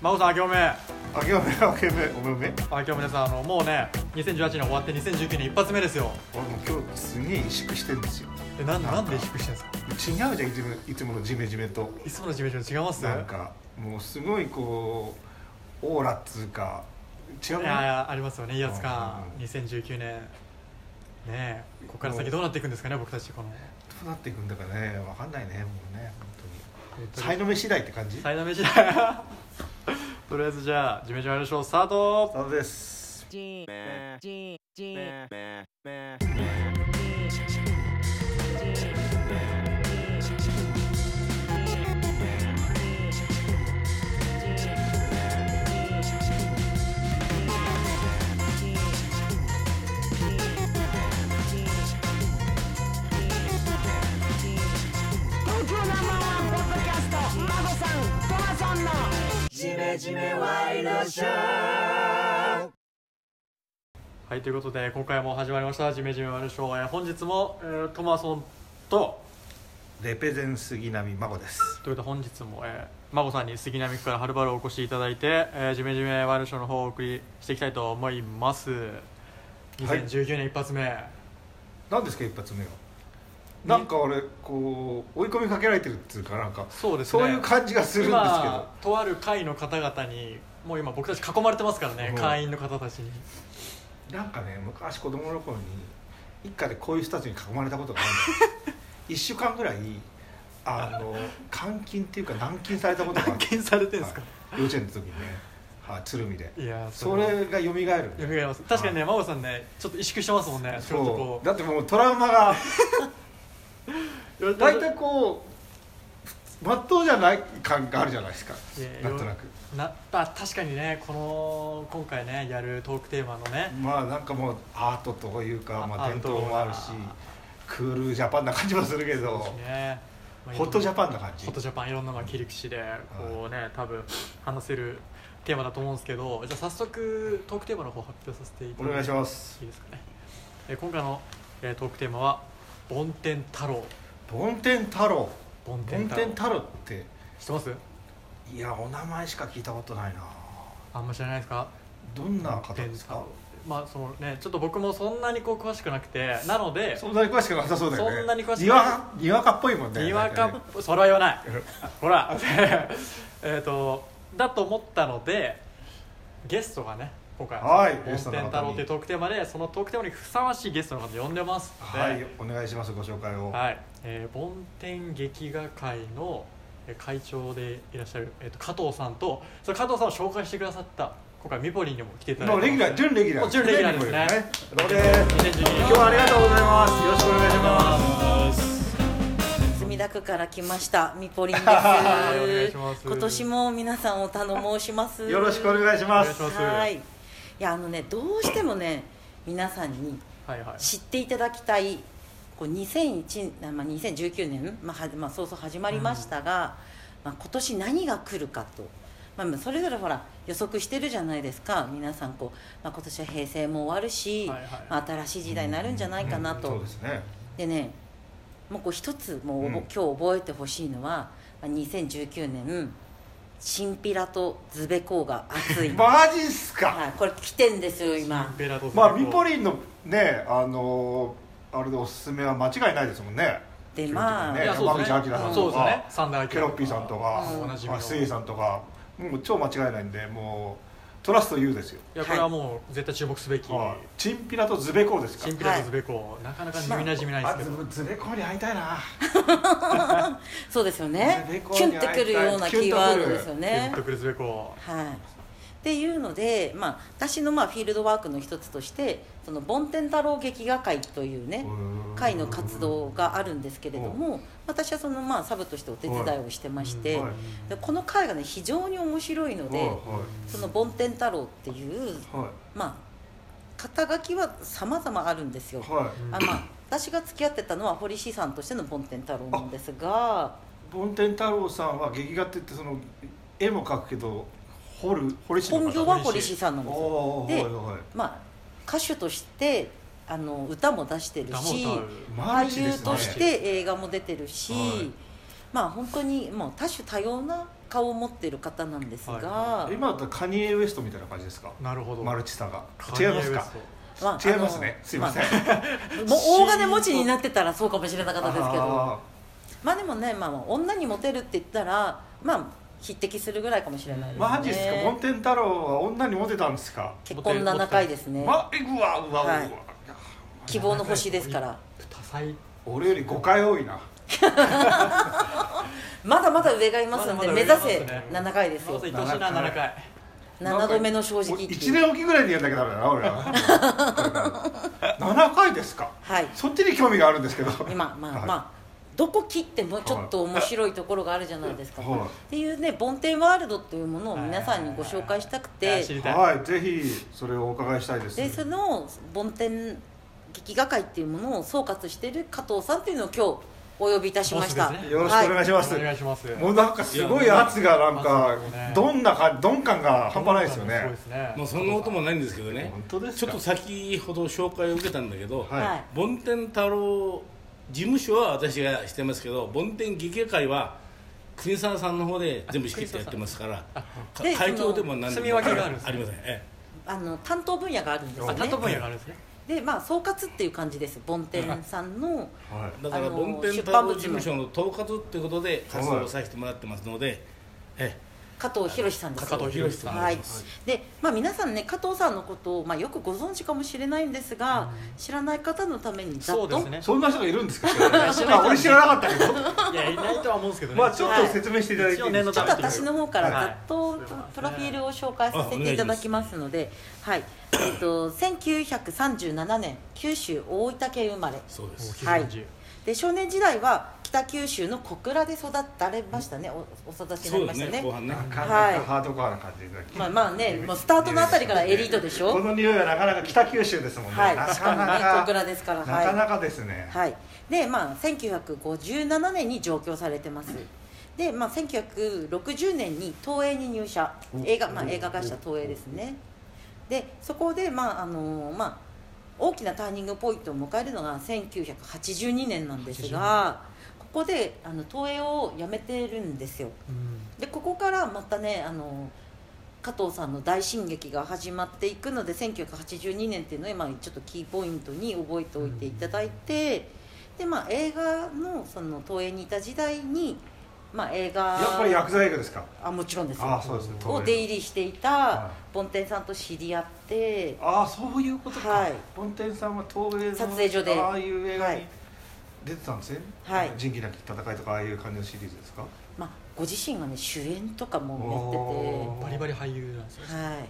真帆さん明けおめあけおめあけおめおめおめ明けおめですあのもうね2018年終わって2019年一発目ですよ俺もう今日すげえ萎縮してるんですよえなんなんで萎縮してんですか違うじゃんいつもいつものジメジメといつものジメジメと違いますなんかもうすごいこうオーラっつうか違いうやもいんやありますよね威圧感うんうん2019年ねえここから先どうなっていくんですかね僕たちこのどうなっていくんだかねわかんないねもうね本当に才最能目次第って感じ大目時代 とりあえずじゃあジメジメやりましょうスタートそうです東京ナンバーワンポッドキャストマゴさんトマさんのジメジメワイドショーはいということで今回も始まりましたジメジメワイドショー、えー本日も、えートマソンとレペゼン杉並真子ですということで本日も、えー、孫さんに杉並区からはるばるお越しいただいて、えー、ジメジメワイドショーの方をお送りしていきたいと思いますはい2019年一発目、なんですか一発目はなんか俺こう追い込みかけられてるっていうかなんかそうですねそういう感じがするんですけど今とある会の方々にもう今僕たち囲まれてますからね、うん会員の方たちになんかね昔子供の頃に一家でこういう人たちに囲まれたことがあ る一週間ぐらいあの監禁っていうか軟禁されたことがある軟禁されてんですか、はい幼稚園の時にね、はい、鶴見でい、やーそれが蘇るよみがえります確かにね孫さんねちょっと萎縮してますもんねちょっとこそうだってもうトラウマがう大体こうまっとうじゃない感があるじゃないですかいやいやなんとなくなあ確かにねこの今回ねやるトークテーマのね、まあなんかもうアートというか、まアあ、ー伝ト統もあるしクールジャパンな感じもするけどねまあホットジャパンな感じホットジャパンいろんなまあ切り口でこうね、多分話せるテーマだと思うんですけどじゃあ早速トークテーマの方発表させていたおだ願いいしてますいいですかね、えー今回の、えートークテーマは「梵天太郎梵天太郎」梵梵天太天郎太郎って知ってますいやお名前しか聞いたことないなあんま知らないですかどんな方ですかまあそのねちょっと僕もそんなにこう詳しくなくてなのでそんなに詳しくなさそうだよねそんなに詳しくないにわかにわかっぽいもんねにわかなんねっぽそれは言わないうんほら えっとだと思ったのでゲストがね今回はい梵ゲストの天方に太郎」というトークテーマでそのトークテーマにふさわしいゲストの方呼んでますのではいお願いしますご紹介をはいえー梵天劇画会のえー会長でいらっしゃる、えー、と加藤さんとその加藤さんを紹介してくださった今回ミポリンにも来ていただいもてうレギュラー準レギュラもーう準レギュラーですねどうです2012年今日はありがとうございますよろしくお願いします墨田区から来ましたみぽりんで すはいお願いします今年も皆さんお頼申しますよろしくお願いしおま願いすしますはいいやあのねどうしてもね皆さんにはいはい知っていただきたいこう2001、まあ、2019年、まあはまあ、早々始まりましたが、まあ、今年何が来るかと、まあまあ、それぞれほら予測してるじゃないですか皆さんこう、まあ、今年は平成も終わるし、はいはいまあ、新しい時代になるんじゃないかなと、そうですねでねもうこう一つもうおぼ、うん今日覚えてほしいのはまあ2019年チンピラとズベコが 熱い、マジっすかはい、これ来てんですよ今ベラドスまあミポリンのねあのーあれでおすすめは間違いないですもんねでまあ、ねいやそうですね山口明さんとかそうですね三大ケロッピーさんとかおなじみのあスイさんとかもう超間違いないんでもうトラスト U ですよいやこれはもう絶対注目すべき、はいチンピラとズベコですかチンピラとズベコ、なかなか耳なじみないですけど、あズズベコに会いたいなそうですよねズベコにキュンってくるような会いキたいーワードですよキュねンとくるズベコはいっていうので、まあ、私のまあフィールドワークの一つとしてその梵天太郎劇画会というね会の活動があるんですけれども私はそのまあサブとしてお手伝いをしてまして、はいでこの会がね非常に面白いので、はいその梵天太郎っていうはまあ肩書きは様々あるんですよ、いはいあまあ私が付き合ってたのは堀師さんとしての梵天太郎なんですが梵天太郎さんは劇画って言ってその絵も描くけど彫る彫り師の方本業は堀師さんなんですよおーではいはいまあ歌手としてあの歌も出してるダモし歌うマルチ俳で優すねとして映画も出てるし、はいまあ本当にもう多種多様な顔を持っている方なんですが、は今だったらカニエ・ウエストみたいな感じですかなるほどマルチさんがカ違ニエいますウエかストまあ違いますねあのすいません、あもう大金持ちになってたらそうかもしれなかったですけどあまあでもね、まあ、女にモテるって言ったらまあ匹敵するぐらいかもしれないでーすねマジっすかモンテン太郎は女にモテたんですか結婚7回ですねまえぐわうわうわ、はい希望の星ですから多彩俺より5回多いなまだまだ上がいますんまだまでだ上目がい指ますせね7回ですよ愛しいな7回7度目の正直って1いう年おきぐらいでやんなきゃダメだな俺 は7回ですかはいそっちに興味があるんですけど今まあはいまあどこ切ってもちょっと面白いところがあるじゃないですか、はいっていうね「梵天ワールド」っていうものを皆さんにご紹介したくはいはいてはいはい知りたはい、ぜひそれをお伺いしたいです。でその梵天劇画界っていうものを総括してる加藤さんっていうのを今日お呼びいたしました、ボスですねよろしくお願いします。お願いしますもうなんかすごい圧がなんかいやどんなか鈍感が半端ないですよそうねで。すねまあ、そんなこともないんですけどね本当ですちょかっと先ほど紹介を受けたんだけど、はいはい梵天太郎事務所は私がしてますけど梵天劇画界は国沢さんの方で全部仕切ってやってますからかで会長でも何でも住み分けがあるんですねありません、えあの担当分野があるんですよあ担当分ね野があるんですねでまあ総括っていう感じです梵天さんのはいえだからあの梵天太郎事務所の統括っていうことで活動させてもらってますので、え加藤博さんえです加藤博さんはいお願いします、で、まあ、皆さんね加藤さんのことを、まあ、よくご存知かもしれないんですが、知らない方のためにざっそとうですねそんな人がいるんですか。知らないあ俺知らなかったけど。いやいないとは思うんですけどねまあちょっと説明していただいていいですちょか。っと私の方からはいざっとそうですねプロフィールを紹介させていただきますので、はい、えっと1937年九州大分県生まれそうでもうす非常に自由で少年時代は北九州の小倉で育たれましたねおお育ちになそりましたうですねね後半ねなかなはいかハードコアな感じになってまあまあねもうスタートのあたりからエリートでしょこの匂いはなかなか北九州ですもんね。はいなしかかもなねか小倉ですからなはいかなかですね。はい、でまあ1957年に上京されてますで、まあ、1960年に東映に入社映画,、まあ、映画会社東映ですねでそこでまああのまあ大きなターニングポイントを迎えるのが1982年なんですがここであの東映を辞めてるんですようんでここからまたねあの加藤さんの大進撃が始まっていくので1982年っていうのを今ちょっとキーポイントに覚えておいていただいて、でまあ映画のその東映にいた時代に、まあ、映画やっぱり薬剤映画ですか。あもちろんですよああそうですね。を出入りしていたは梵天さんと知り合ってああそういうことか、はい梵天さんは東映の撮影所でああいう映画はにい出てたんですね、はい仁義なき戦いとかああいう感じのシリーズですかまあ、ご自身がね主演とかおもバリバリ俳優なんですやよっててはい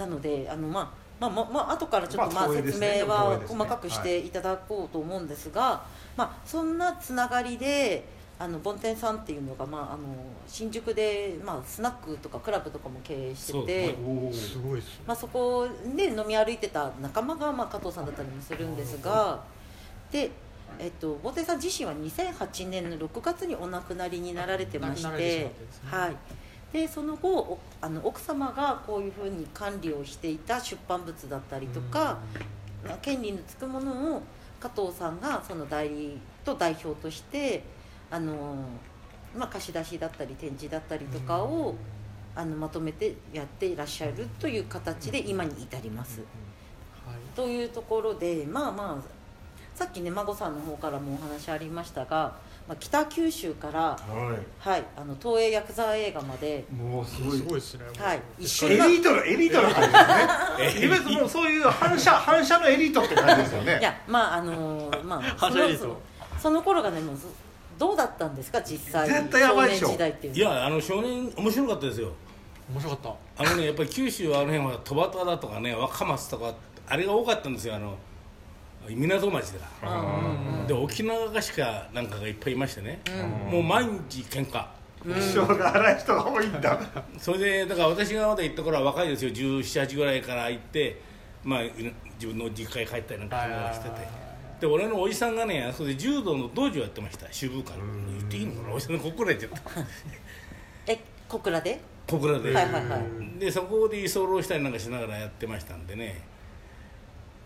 なのであのまあまあまあまあ後からちょっとまあまあ光栄で説すね明光栄はですね細かくしていただこうと思うんですがまあそんなつながりであの梵天さんっていうのがまああの新宿でまあスナックとかクラブとかも経営してそうてですねおすごいですねまあ、そこで飲み歩いてた仲間が、まあ、加藤さんだったりもするんですがで、えっと、ボテさん自身は2008年の6月にお亡くなりになられてまして亡くなられてしまってですねはい、でその後おあの奥様がこういうふうに管理をしていた出版物だったりとか、まあ権利のつくものを加藤さんがその代理と代表としてあの、まあ、貸し出しだったり展示だったりとかを、あのまとめてやっていらっしゃるという形で今に至ります。はいというところでまあまあさっきね孫さんの方からもお話ありましたが、まあ、北九州から、ははい、あの東映薬剤映画までいもうすごいすごいですねはい一緒エにリートのエリートの感じ ですねいわゆるもうそういう反射反射のエリートって感じですよねいやまあ あのーまあそはしゃいでのるとそのその頃がねもうずどうだったんですか実際絶対やばいでしょ少年時代っていういのはやあの少年面白かったですよ面白かったあのねやっぱり九州はあの辺は戸端だとかね若松とかあれが多かったんですよあの港町だからうんで沖縄菓子かなんかがいっぱいいましてね、もう毎日喧嘩気性が荒い人が多いんだそれでだから私がまだ行った頃は若いですよ1718ぐらいから行ってまあ自分の実家へ帰ったりなんかしながらしててで俺のおじさんがねあそこで柔道の道場やってました主婦館言っていいのかなおじさんのここらやっちゃったえ小倉で小倉で、はいはいはいでそこで居候したりなんかしながらやってましたんでね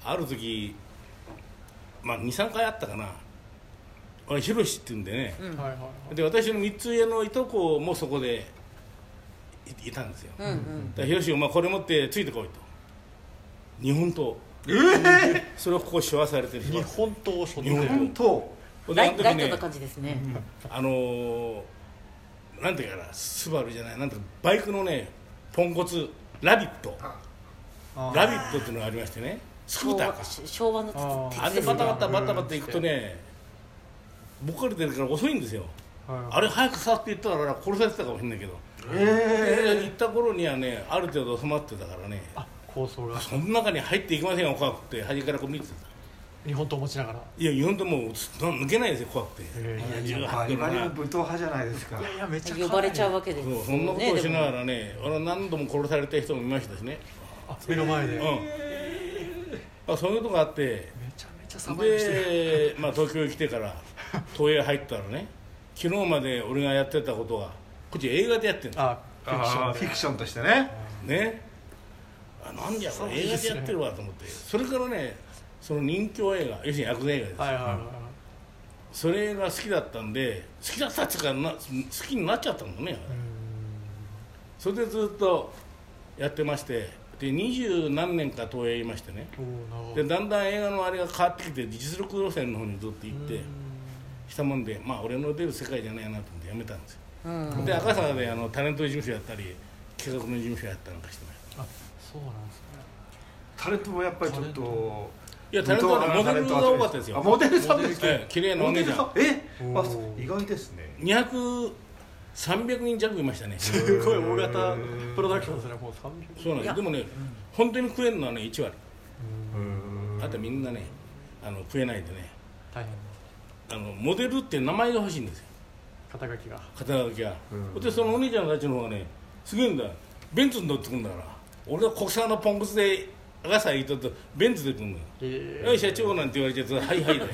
ある時、まあ、23回あったかなあひろしって言うんでね、うんはいはいはいで私の三つ上のいとこもそこでいいたんですよ、うんうんだからひろしお前これ持ってついてこいと日本刀それをここ所わされてる日本刀を所日本蔵刀本当ほんでラあイのライ時トねな感じですね、あのーなんていうかなスバルじゃないなんていうかバイクのねポンコツラビットラビットっていうのがありましてねスクー昭ター和か昭和のあー鉄あれ鉄でですバねタバタバタバタ行くとねぼっこり出るから遅いんですよあれ早く触って行ったら俺は殺されてたかもしれないけど、え行った頃にはねある程度収まってたからねあ構想がその中に入っていきませんよ怖くて端からこう見てた日本刀を持ちながらいや日本ともう抜けないですよ怖くてええいやえ18バリバリのな武闘派じゃないですかいやいやめっちゃ呼ばれちゃうわけでそうすそんなことをしながねらね俺は何度も殺された人もいましたしねあ目の前で、めうんあそういうことがあってちゃめちゃサバイブしてるで、まあ、東京に来てから東映入ったらね昨日まで俺がやってたことがこっち映画でやってるあフィクションフィクションとしてねねあなんじゃこそうれ映画でやってるわと思ってそれからねその人気映画要するに悪映画です、はいはいはいそれが好きだったんで好きだったっていうかな好きになっちゃったもんね、それでずっとやってましてで二十何年か東映いましてねはいでだんだん映画のあれが変わってきて実力路線の方にずっと行ってしたもんでまあ俺の出る世界じゃないなと思ってやめたんですよ、で赤坂であのタレント事務所やったり企画の事務所やったりなんかしてましたあそうなんですねタレントもやっぱりちょっといやタレントはねモデルが多かったですあよモデルさんですかええ綺麗なおモデ姉ちルゃさんんえおあー意外ですね200300人弱いましたねすごい大型プロダクションですねもう300そうなんいでやすでもね、本当に食えるのはね1割うんあとみんなねあの食えないでね大変あのモデルって名前が欲しいんですよ肩書きが肩書きが、うんでそのお姉ちゃんたちの方がねすげえんだベンツに乗ってくんだから俺は国産のポンコツで赤さ行っととベンツで来んのよ「えはい社長」なんて言われちゃうと「はいはい」だよ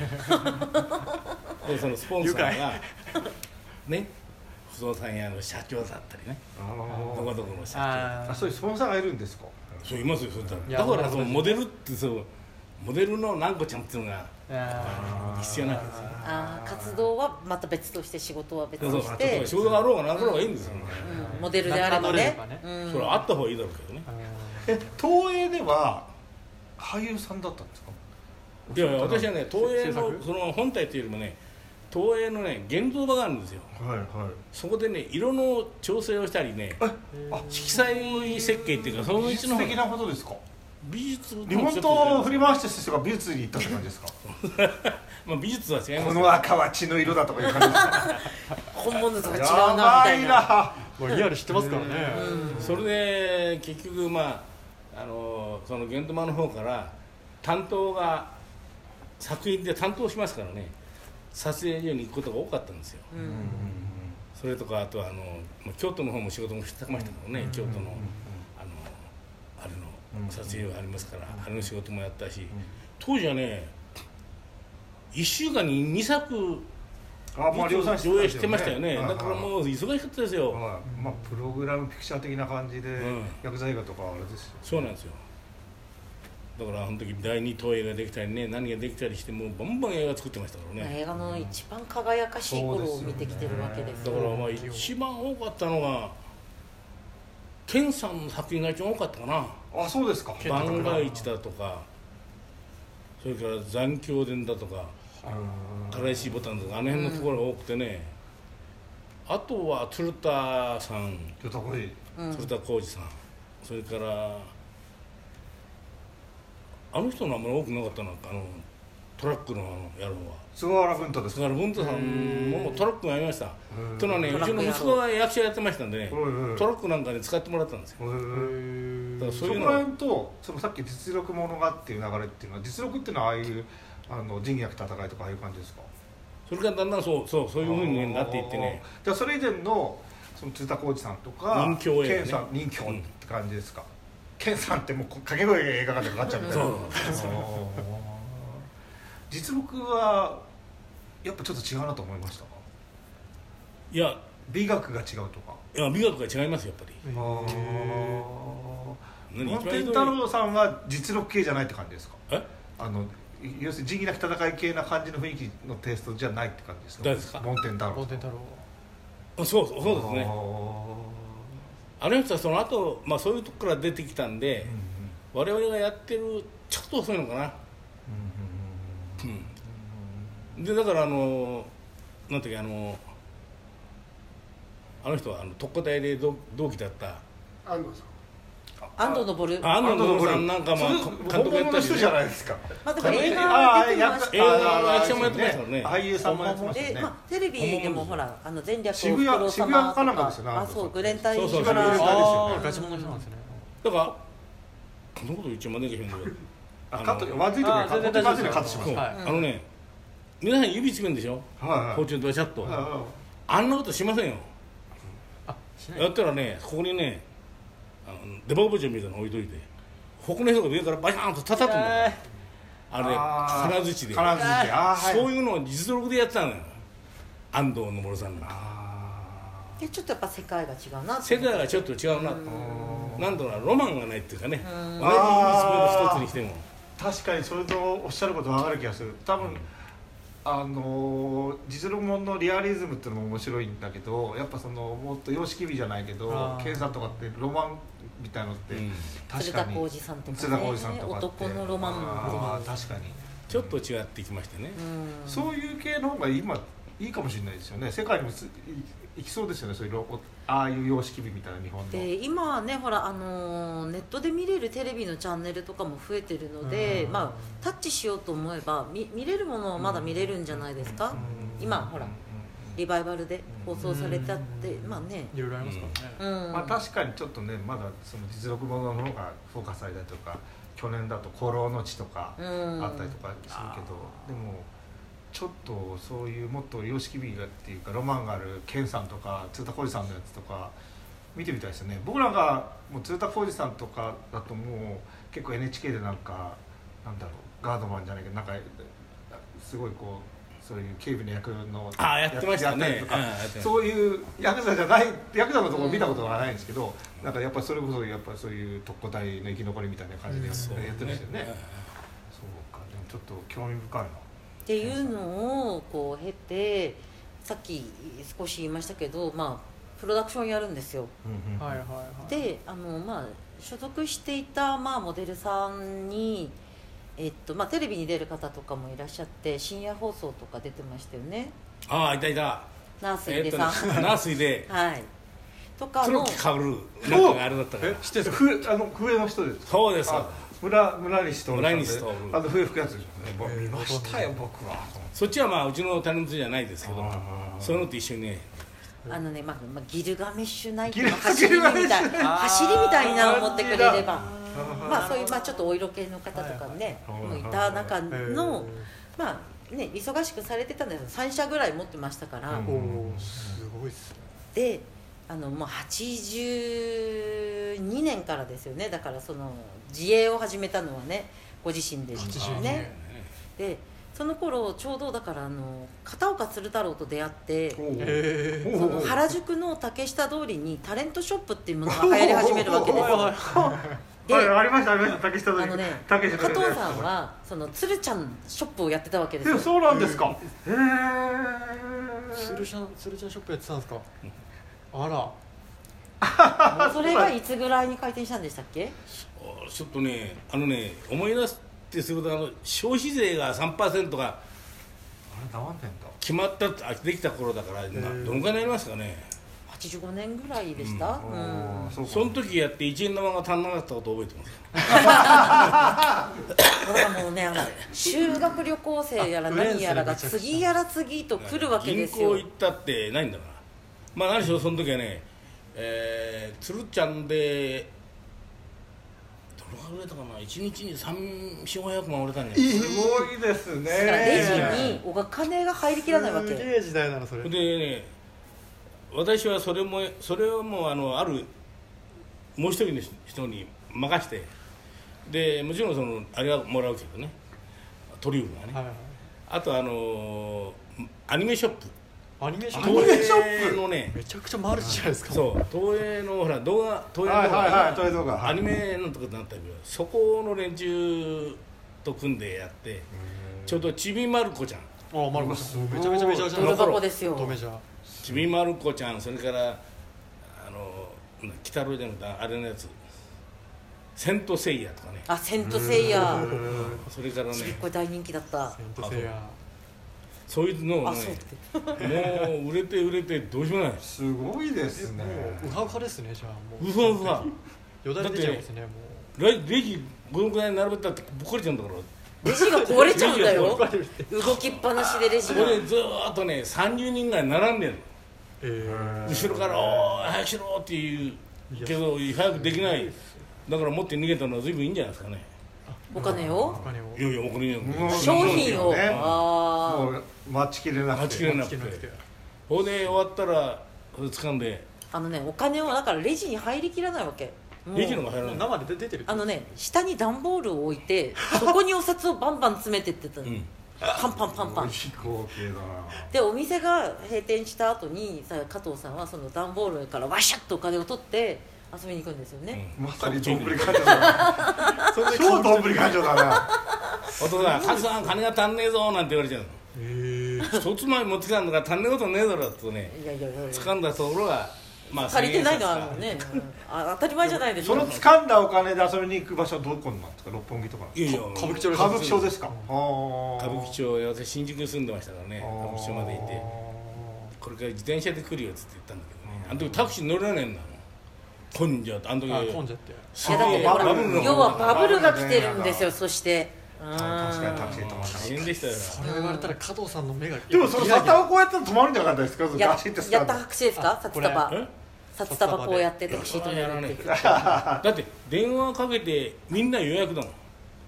でそのスポンサーがね不動産屋の社長だったりねどこあどこの社長あーーあそういうスポンサーがいるんですかそういますよそういったいやらだか同らじそのモデルってそうモデルの何個ちゃんっていうのがあ必要なんですよあー活動はまた別として仕事は別そうそとしうて仕事があろうがなかろうがいいんですよ、うんモデルであれ中ばね野であればうんそれはあった方がいいだろうけどねーあえ東映では俳優さんだったんですかいやいや私はね東映制の作その本体というよりもね東映のね現像場があるんですよはいはいそこでね色の調整をしたりねあ色彩設計っていうかそのう技ち術の方的なことですか美術の日本刀を振り回してる人が美術に行ったって感じですかまあ美術は違いますこよの赤は血の色だとかいう感じ ですか本物とは違うやなみばたいいななーもうリアル知ってますからねそれで結局まああのその現像場の方から担当が作品で担当しますからね撮影所に行くことが多かったんですよそれとかあとはあのまあ京都の方も仕事もしてましたからね、京都のあのあれうんの撮影がありますから、あれの仕事もやったし、当時はね1週間に2作あまあ量産上映してましたよねはいはいだからもう忙しかったですよ、はいまあプログラムピクチャー的な感じでん薬剤映画とかあれですよそうなんですよだからあの時第二投影ができたりね何ができたりしてもうバンバン映画作ってましたからね、映画の一番輝かしい頃を見てきてるわけですだよからまあ一番多かったのが健さんの作品が一番多かったかなあそうですか万が一だとかそれから残響伝だとか新しいボタンとかあの辺のところが多くてね、あとは鶴田さんちょっとこい鶴田浩二さん、それからあの人のあんまり多くなかったなあのトラックのあの野郎は菅原文太ですかだから文太さんもトラックがやりましたというのはねトうラッちク野の郎息子が役者やってましたんでねうんうんトラックなんかに使ってもらったんですよへーだからそそうこいうのら辺とそのさっき実力ものがっていう流れっていうのは実力っていうのはああいうあの仁義なき戦いとかああいう感じですかそれからだんだんそうそうそういうふうにねなっていってねじゃあそれ以前のその鶴田浩二さんとか任侠映画ね健さん任侠って感じですか、健さんってもう掛け声映画がかかっちゃうみたいなそうあー実力はやっぱちょっと違うなと思いましたかいや美学が違うとかいや美学が違いますよやっぱりあー何本一番天太郎さんは実力系じゃないって感じですかえあの要するに仁義なき戦い系な感じの雰囲気のテイストじゃないって感じですね誰ですか梵天太郎ボンテ太郎そうそうそうですあねあの人はその後、まあそういうとこから出てきたんでーうんうん我々がやってるちょっと遅いのかなうんうんでだからあのなんていうかあのあの人はあの特攻隊で同同期だった安藤さん安藤昇あ安藤昇さんなんかもそれ監督本やっ物たのり人じゃないですかまあだから映あ画ー出てまし映画あーの役者もやってましたからね俳優さんもやってまたしたで、よねまあ、テレビでもほらあの前略渋谷渋谷かなんかですよねあそうグレンタインそうそうかグレンタインらあああーガチモンの人なんですねだからこのこと言っちゃまねえけどああカット悪いとこあろー全然に大カ丈夫ットにカットしまそうすはいあのね皆さん指つけるんでしょはい包丁でバシャッとはあんなことしませんよあしないやったらねここにねあのデバコ包丁みたいなの置いといて他の人が上からバシャーンと叩くのえあれ金ーづちで金槌でああはいそういうのを実力でやってたのよ安藤昇さんがあでちょっとやっぱ世界が違うなって世界がちょっと違うなとなんだろうなロマンがないっていうかね同じスピード一つにしてもー確かにそれとおっしゃることわかる気がする多分、うんあのー実力ものリアリズムっていうのも面白いんだけどやっぱそのもっと様式美じゃないけどあー検査とかってロマンみたいのって、うん確鶴か田に浩二さんとかね鶴田浩二さんとかって男のロマンあー確かにちょっと違ってきましてねうんそういう系の方が今いいかもしれないですよね世界にもついいきそうですよねそういうロああいう様式美みたいな日本ので今はねほら、あのーネットで見れるテレビのチャンネルとかも増えてるので、うんまあ、タッチしようと思えば見見れるものはまだ見れるんじゃないですか、今ほらリバイバルで放送されたって、うんまあね、いろいろありますからね、うんまあ、確かにちょっとねまだその実力ものの方がフォーカスされたりとか去年だと「古老の地」とかうんあったりとかするけど、でもちょっとそういうもっと様式美がっていうかロマンがある健さんとか鶴田浩二さんのやつとか見てみたいですよね僕らがもう鶴田浩二さんとかだともう結構 NHK でなんかなんだろうガードマンじゃないけどなんかすごいこうそういう警備の役のああやってましたやったりねとうかんやってましたそういうヤクザじゃないヤクザのところ見たことがないんですけど、なんかやっぱりそれこそやっぱそういう特攻隊の生き残りみたいな感じでやっ,、そうやってましたよね、うんそうかでもちょっと興味深いなっていうのをこう経てさっき少し言いましたけど、まあ、プロダクションやるんですようんうんはいはいはいであの、まあ、所属していた、まあ、モデルさんに、えっとまあ、テレビに出る方とかもいらっしゃって深夜放送とか出てましたよねああいたいたナースえ井っ出とさん、 ナースイで はいとか黒の木かぶるなんかがあれだったからえ知ってるふあの笛の人ですそうですあ村村西徹村西徹あの笛吹くやつですよね僕見ましたよ僕はそっちはまあうちのタレントじゃないですけどあーそういうのと一緒にねあのね、まあまあ、ギルガメッシュナイトギのル走りみたいギルガメッシュ走りみたいなのを持ってくれればまあそういう、まあ、ちょっとお色気の方とかね、はいはいもういた中えーの、まあね、忙しくされてたんです3社ぐらい持ってましたから、うんおおすごいっすねであのもう82年からですよねだからその自営を始めたのはねご自身で82ねでその頃ちょうどだからあの片岡鶴太郎と出会っておーええその腹原宿の竹下通りにタレントショップっていうも のが流行り始めるわけですよではいありましたありました竹下あののね加竹藤下さのやつんはその鶴ちゃんショップをやってたわけですえ よそうなんですかへえ鶴ちゃん鶴ちゃんショップやってたんですかあらそれがいつぐらいに開店したんでしたっけあーちょっとねあのね思い出すってするとあの消費税が3%があれ何年だ決まったあできた頃だから今ーどのくらいになりますかね85年ぐらいでした、うんあーそうかその時やって一円玉が足んなかったこと覚えてますだからもうねあの修学旅行生やらあ何やらがフレンズでめちゃくちゃ次やら次と来るわけですよ銀行行ったってないんだからまあ何しろその時はねえー、鶴ちゃんでどのくらいだかな一日に3400万売れたんじゃないすごいですねだからレジにお金が入りきらないわすけげえ時代なのそれでね私はそれもそれはもうあのあるもう一人の人に任してでもちろんそのあれはもらうけどねトリュフがね、はいはいあとあのアニメショップアニメーショアニメンショップのねめちゃくちゃマルチじゃないですかそう東映のほら動画東映のはいはいはい東映動画画アニメのとこになったけどそこの連中と組んでやってちょうどちびまる子ちゃんああマルコさんめちゃめちゃメジャーじゃんドル箱ですよドメジャーちびまる子ちゃんそれからあの鬼太郎じゃなくてあれのやつ「セント・セイヤ」とかねあセントセイヤうーんそれからねこれ大人気だったセントセイヤそういうのをあそうっねてもう売れて売れてどうしようもないですすごいでえすねもうウハウハですねじゃあもううふうふわよだれ出ちゃいますねもレレジ5億円並べたってぶっこれちゃうんだからレジが壊れちゃうんだようバレるって動きっぱなしでレジそがこでずーっとね30人ぐらい並んでるえー後ろから「おー早くしろ」っていうけど早くできないだから持って逃げたのは随分いいんじゃないですかねお金をお金をいやいやお金なんうんか商品を、そうですよねもあう待ちきれなく待てちきれな聞けくなくててほいで終わったらそれ掴んでああのねお金をだからレジに入りきらないわけもうレジの方が入らもなうい生で出てるあのね下に段ボールを置いてそこにお札をバンバン詰めてってたの、うんパンパンパンパンすごい光景だなでお店が閉店した後にさ加藤さんはその段ボールからワシャッとお金を取って遊びに行くんですよね、うんまさにどんぶり感情だ な超どんぶり感情だなお父さん「カズさん金が足んねえぞ」なんて言われちゃうえーの一つ前持ってきたんだから足んねえことねえだろとねいやいやいやいや掴んだところがまあ借りてないのはある1000円ねあ当たり前じゃないでしそょの掴んだお金で遊びに行く場所はどこなんですか六本木とかなんでいやいや歌舞伎す町か歌舞伎町ですか歌歌舞伎舞町私新宿に住んでましたからね歌舞伎町まで行ってこれから自転車で来るよっつって言ったんだけどねあの時タクシー乗れないんだもん混んじゃってあの時あ混んじゃってすいげやだってえほらバブルの要はバブルが来てるんですよバそしてうん確かにタクシー止まらなかっ大た変でしたよそれを言われたら加藤さんの目がでもそのサタををこうやったら止まるんじゃなかったですかやガシッてや掴っんただ白紙ですか札こ束え札束こうやってタクシー止めやらるなっいてだって電話かけてみんな予約だもん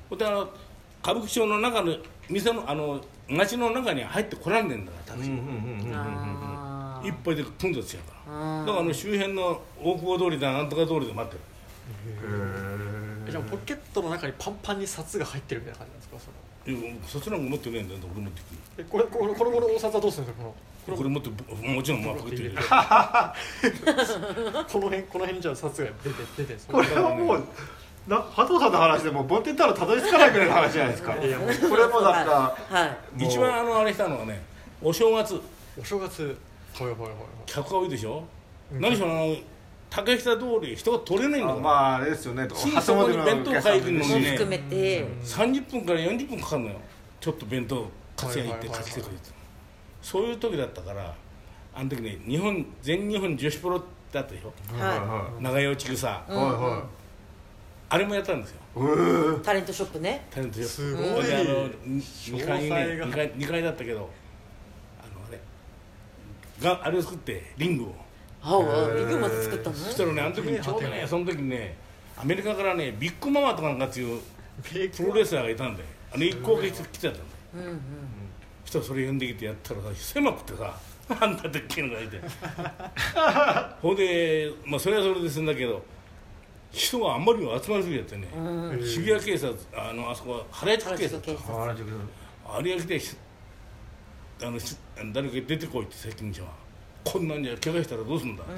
ほんであの歌舞伎町の中の店のあの街の中に入ってこらんねんだからタクシー、あー一杯で混雑しちゃうかあら、だからあの周辺の大久保通りだなんとか通りで待ってるじゃあポケットの中にパンパンに札が入ってるみたいな感じなんですかそのいやそっちなんか持ってねえんだよ俺持ってくえこれるこのこのこのお札はどうするんですか ここれ持ってもちろんまあパクって入れるのこの辺この辺にじゃあ札が出て出てるこれはもうな加藤さんの話でもうぼってったらたどり着かないぐらいの話じゃないですかいやもうこれもなんかはいもう一番あのあれしたのはねお正月お正月ほいほいほいほい客が多いでしょ、何しろあの竹下通り人が取れないんだあから、まああれですよね小さな弁当買いに行くのもにね含めて30分から40分かかるのよちょっと弁当かつや行はいはいってはいはい買ってくるってそういう時だったからあの時ね日本全日本女子プロだったでしょはいは長与千草いはいあれもやったんですようタレントショップねタレントよすごいであの2階にね詳細が2階二階だったけどあのあれがあれを作ってリングをああリグまで作ったのそしたらねあの時にちょうどねその時にねアメリカからねビッグママとかなんかっていうベプロレスラーがいたんであの一行が来てたんだうんうん人それ呼んできてやったらさ狭くてさあんなでっけえのがいてほんで、まあ、それはそれですんだけど人があんまりにも集まりすぎちゃってね、ん渋谷警察あのあそこは原宿原警宿警察察原宿有明でしあのしあの誰か出てこいって責任者はこんなんじゃ怪我したらどうすんだって、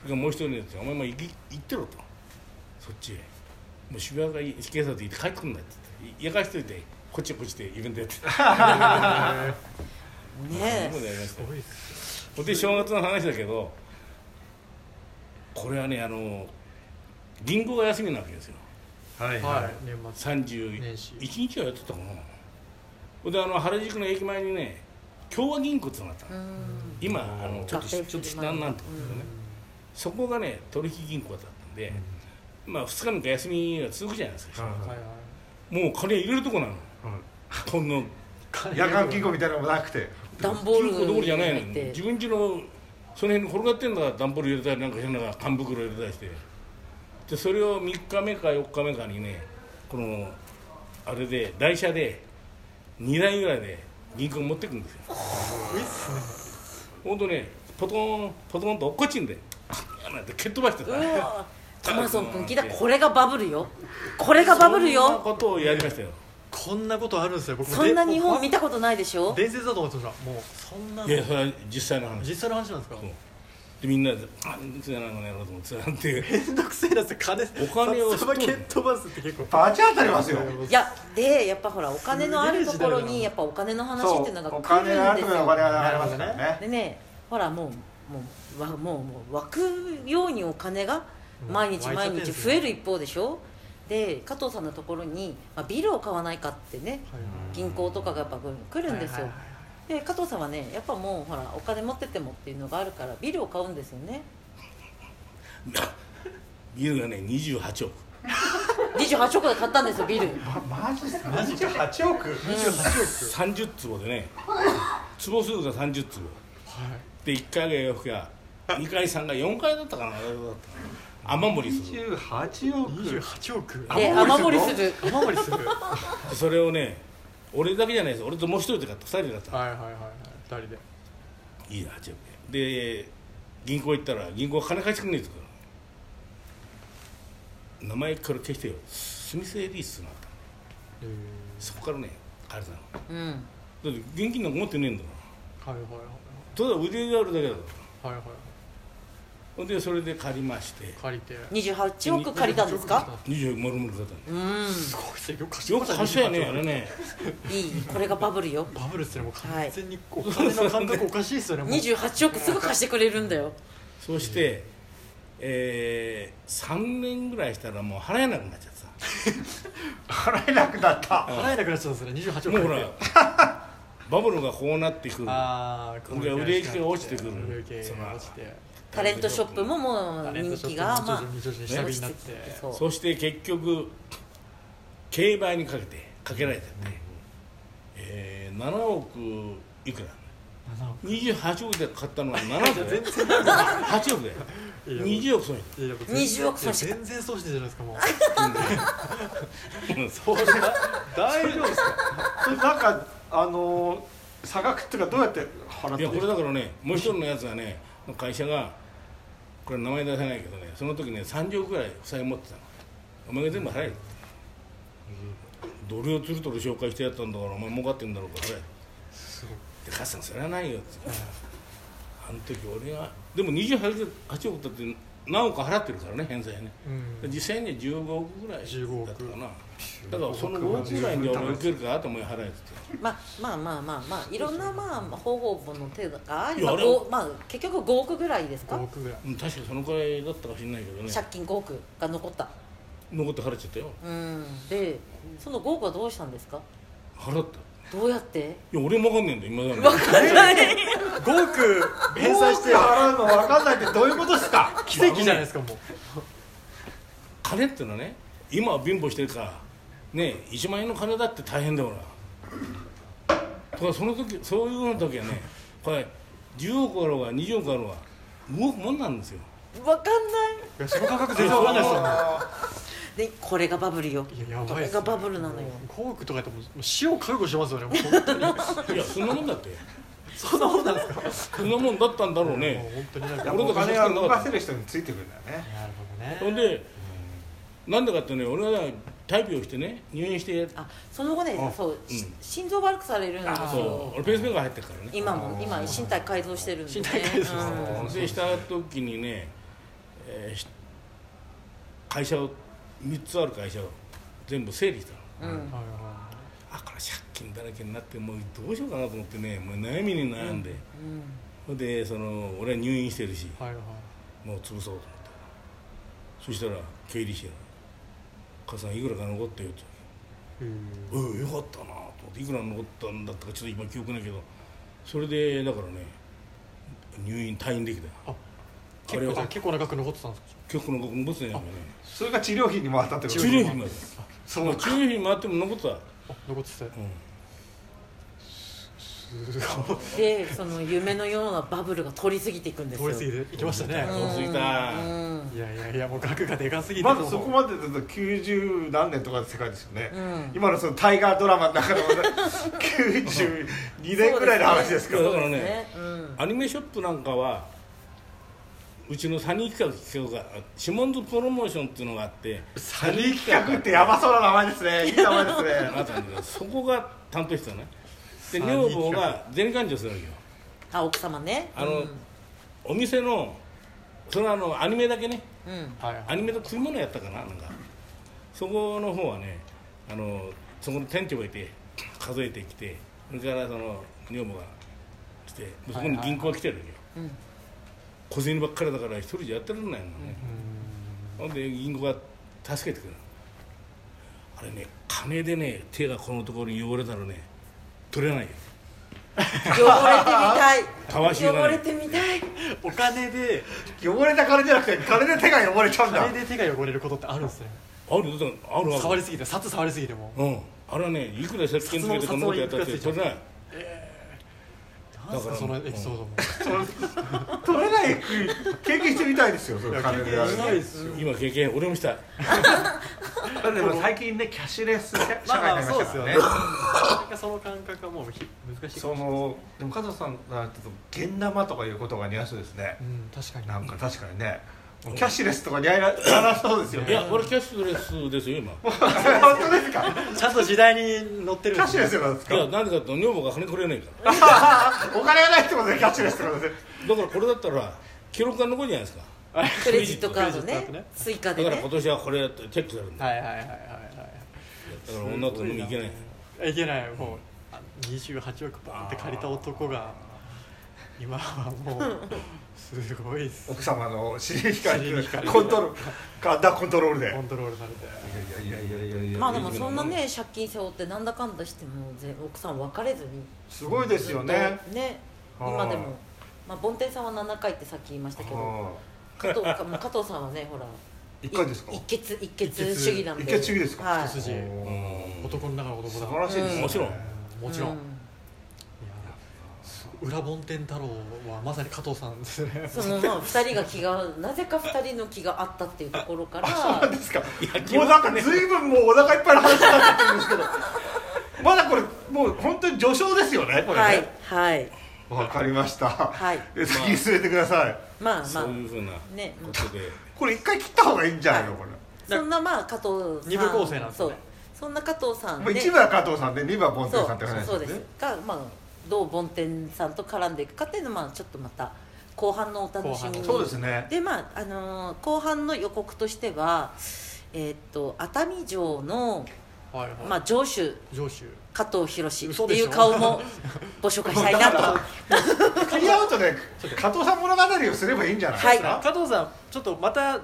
それからもう一人のやつがお前も行き行ってろとそっちへもう渋谷がい警察行って帰ってくんだって言っていやかしといてこっちはこっちでイベントや ってねそえうでやりましすたよごいっすほんで正月の話だけどこれはねあの銀行が休みなわけですよはいはい年末31年始日はやってたかなほんであの原宿の駅前にね共和銀行ってのがあったのうん今あのちょっと合併ちょっと下なんとこだけどね、そこがね取引銀行だったんで、まあ2日なんか休みが続くじゃないですか、はいはいもう金入れるとこ なのこんな夜間金庫みたいなのもなくて段ボール金庫どころじゃないの入れて自分家のその辺に転がってんだから段ボール入れたりなんかしながら缶袋入れたりしてでそれを3日目か4日目かにねこのあれで台車で2台ぐらいで銀行持ってくんですよほんとねポトンポトンと落っこちんであなんて蹴っ飛ばしてうたわトマソン君聞いたこれがバブルよこれがバブルそんなよことをやりましたよこんなことあるんですよ僕もそんな日本見でたことないでしょ伝説だと思ってましたもうそんないやそれは実際の話実際の話なんですかそうでみんなで「あんつやなんかやろうと思ってなんてめんどくせえなって金お金をさば取蹴っる飛ばすって結構バチ当たりますよいやでやっぱほらお金のあるところにやっぱお金の話っていうのがお来金がるんあでるとすよこにお金が流れますからねでねほらもうもうわもうもう湧くようにお金が毎日うん毎湧いちゃってん日す増ねえる一方でしょで加藤さんのところに、まあ、ビールを買わないかってね銀行とかがやっぱ来るんですよ、はいはいはいで加藤さんはねやっぱもうほらお金持ってってもっていうのがあるからビールを買うんですよねビールがね28億28億で買ったんですよビールマジですか28億30坪でね坪数が30坪で1階が洋服屋2階3階4階だったかなあれだったかな雨漏りする28億28億あで雨雨漏漏りりすする雨漏りするはでそれをね俺だけじゃないです俺ともう一人で買った2人で買っいたはいはいはい二人でいいな8億円で銀行行ったら銀行金返してくんねえとか名前から消してよスミスエリースになったえそこからね返さなだうんって現金なんか持ってねえんだかーはいはいはいらただ腕があるだけだからはいはいはほんでそれで借りましてい借りて28億借りたんですか20もろもろだったんでうんすごいですねよく貸しよく貸した よねあねれねいいこれがバブルよバブルっすねもうはい完全にお金の感覚おかしいっすよねもう28億すぐ貸してくれるんだよそして、えー、3年ぐらいしたらもう払えなくなっちゃってさ払えなくなった払えなくなっちゃったんですね28億も借り うほらてバブルがこうなってくるああ僕は売れ行きが落ちてくる売れ行きが落ちてタレントショップももう人気がまタレントショップも徐あ々に徐々に下落ちてき火になっててそうそして結局競売にかけてかけられてて、えー、7億いくら7億28億で買ったのは7億だ よ8億だよいや20億損しいや僕20億損して全然損してるじゃないですかもう それは大丈夫ですかそれなんかあのー差額っていうかどうやって払ったていやこれだからねもう一人のやつがね会社がこれ名前出せないけどねその時ね30億ぐらい負債持ってたのお前が全部払えって奴隷をつるとる紹介してやったんだからお前儲かってんだろうから払えで母さんそれはないよってあの時俺がでも28億だって何億か払ってるからね返済ねうん実際には15億ぐらいだ15億ったかなだからその5億ぐらいに俺受けるからと思い払えってまあまあまあまあまあいろんなまあ方法の手がありいまやああれごまあ結局5億ぐらいです5か億ぐらいうん確かそのくらいだったかしんないけどね借金5億が残った残って払っちゃったようんでその5億はどうしたんですか払ったどうやっていや俺もわかんねえんだ今だに5億返返済済ししてて払うの分かんないってどういうことですか奇跡じゃないですかもう金ってのはね今は貧乏してるからね1万円の金だって大変だからとかその時そういうの時はねこれ10億あろうが20億あろうが動くもんなんですよ分かんないいやその価格全然わかんないですよでこれがバブルよねいややこばいれっすねがバブルなのよ5億とかやってもう死を覚悟してますよねもう本 当にいやそんなもんだってそんなもんなんですかそんなもんだったんだろうもうね本当になんかなや俺るとおか金は動かせる人についてくるんだよねほほどんねでなんでかってね俺はタイプをしてね入院してあその後ねあそう、し心臓悪くされるんですそうよ俺ペースメーカー入ってるからね今も今身体改造してるんで、ね、身体改造してるうんでした時にね、えーし会社を3つある会社を全部整理したのうんはいはあこれ借金だらけになってもうどうしようかなと思ってねもう悩みに悩んで、ほんでその俺は入院してるしいはいはいもう潰そうと思ってそしたら経理士が「母さんいくらか残ってよ」ってうん「うんよかったな」と思っていくら残ったんだったかちょっと今記憶ないけどそれでだからね入院退院できたよああれ結は構あ結構長く残ってたんですか結構残ってないよねそれが治療費に回ったってこと治療費までそまあの治療費回っても残ってた、うん、あ残ってたでその夢のようなバブルが通り過ぎていくんです通より過ぎていきましたね通り過ぎいた、やいやいやもう額がでかすぎてまずそこもうまでだと90何年とかの世界ですよね、ん今のそのタイガードラマの中の 92年ぐらいの話ですかいやらだからねねうんアニメショップなんかはうちのサニー企画企画があシモンズプロモーションっていうのがあってサニー企画ってヤバそうな名前ですねいい名前ですねあったんだけどそこが担当してたのねでサニー女企画房が銭勘定するわけよあ奥様ねあの、お店のそれはあのアニメだけねうんはいはいアニメと食い物やったかななんかそこの方はねあのそこの店長がいて数えてきてそれからその女房が来てそこに銀行が来てるわけよ、うん小銭ばっかりだから一人じゃやってられないのね、ほんで銀行が助けてくれるあれね金でね手がこのところに汚れたらね取れないよ汚れてみたいかわしがね汚れてみたいお金で汚れた金じゃなくて金で手が汚れちゃうんだ金で手が汚れることってあるんですねあるだってあるあ触るりすぎて札触りすぎてもうんあれはねいくら借金つけてこんなことやったって取れないなんすかだそからのエピソードも取れない経験してみたいですよそれ金経で験しないですよ今経験俺もしただってもう最近ねキャッシュレス社社まあ会にまあなりまそうしでたすかよらねねなんかその感覚はもうひ難しいかそもしれないのでも加藤さんがちょっと現玉とかいうことが似合いそうですねうん確かになんか確かにねもうキャッシュレスとか似合いななさそうですよいねや俺キャッシュレスですよ今本当ですかちゃんと時代に乗ってるキャッシュレスよなんですいやかなんでかって女房が金くれないからお金がないってことでキャッシュレスってことですだからこれだったら記録が残るじゃないですかクレジットカードクレジットカードねねスイカだでからね今年はこれやってチェックされるんだはいはいはいはいだから女と飲み行けないはいいけないもうあ28億バーンって借りた男が今はもうすごいっす奥様の尻光尻るに光るコントロールガンダコントロールでコントロールされていやいやいやいやいやまあでもそんなね借金背負ってなんだかんだしても全奥さん別れずにすごいですよねずっとねはい今でもまあ梵天さんは7回ってさっき言いましたけどは加藤かもう加藤さんはねほらい一回ですかい一血一血主義なんで一血主義ですかはい一筋うん男の中の男素だ晴らしいですねもちろんもちろん、ういや裏梵天太郎はまさに加藤さんですねそのまあ2人が気がなぜか2人の気があったっていうところ からそうなんですかいやもうなんか随分もうお腹いっぱいの話になっちゃってるんですけどまだこれもう本当に序章ですよねこれねはいはいわかりましたはい次進めてくださいまあまそあういうふうなこねうんとでこれ一回切った方がいいんじゃないのこれそんなまあ加藤さん二部構成なんですねそうそんな加藤さんもう一部は加藤さんで二部はボンテそンうさんって話そうでですすねが、まあ、どう梵天さんと絡んでいくかっていうのはまあちょっとまた後半のお楽しみに後半そうですねでまあ、あのー後半の予告としては、えーっと熱海城の、はいはい、まあ、城主上州加藤博って嘘でいしうょ顔もご紹介したいなとクリアウトで加藤さん物語をすればいいんじゃないですか、は加藤さんちょっとまた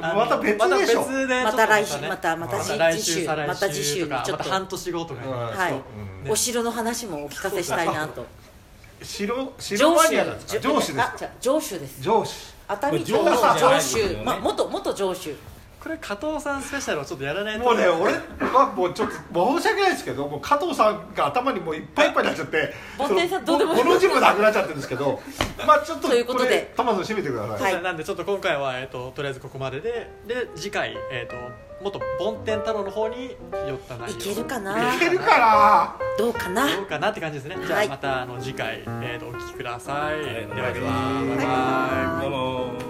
あのまた別でしょまた別でまた来ちょっと週またまたまた次来次週週再来週また次週にとかちょっまとた半年後とかに、うんはいそうねお城の話もお聞かせしたいなとうん、白白マニアなんですか上司ですあじゃあ城主です上司熱海城のこ城れ上司じゃないです主、よねまあ、元元城主これ加藤さんスペシャルをちょっとやらないともうね俺はもうちょっと申し訳ないですけどもう加藤さんが頭にもういっぱいいっぱいになっちゃってボンテンさんそのどうでもこいいの字もなくなっちゃってるんですけどまあちょっとということでれトマト閉めてください、はいなんでちょっと今回は、えっととりあえずここまででで次回、えっともっと梵天太郎の方に寄った内い容けるかいなけるかどうかなどうかなって感じですね、じゃはあいまたあの次回、えっとお聞きください、いではではバイバイどうも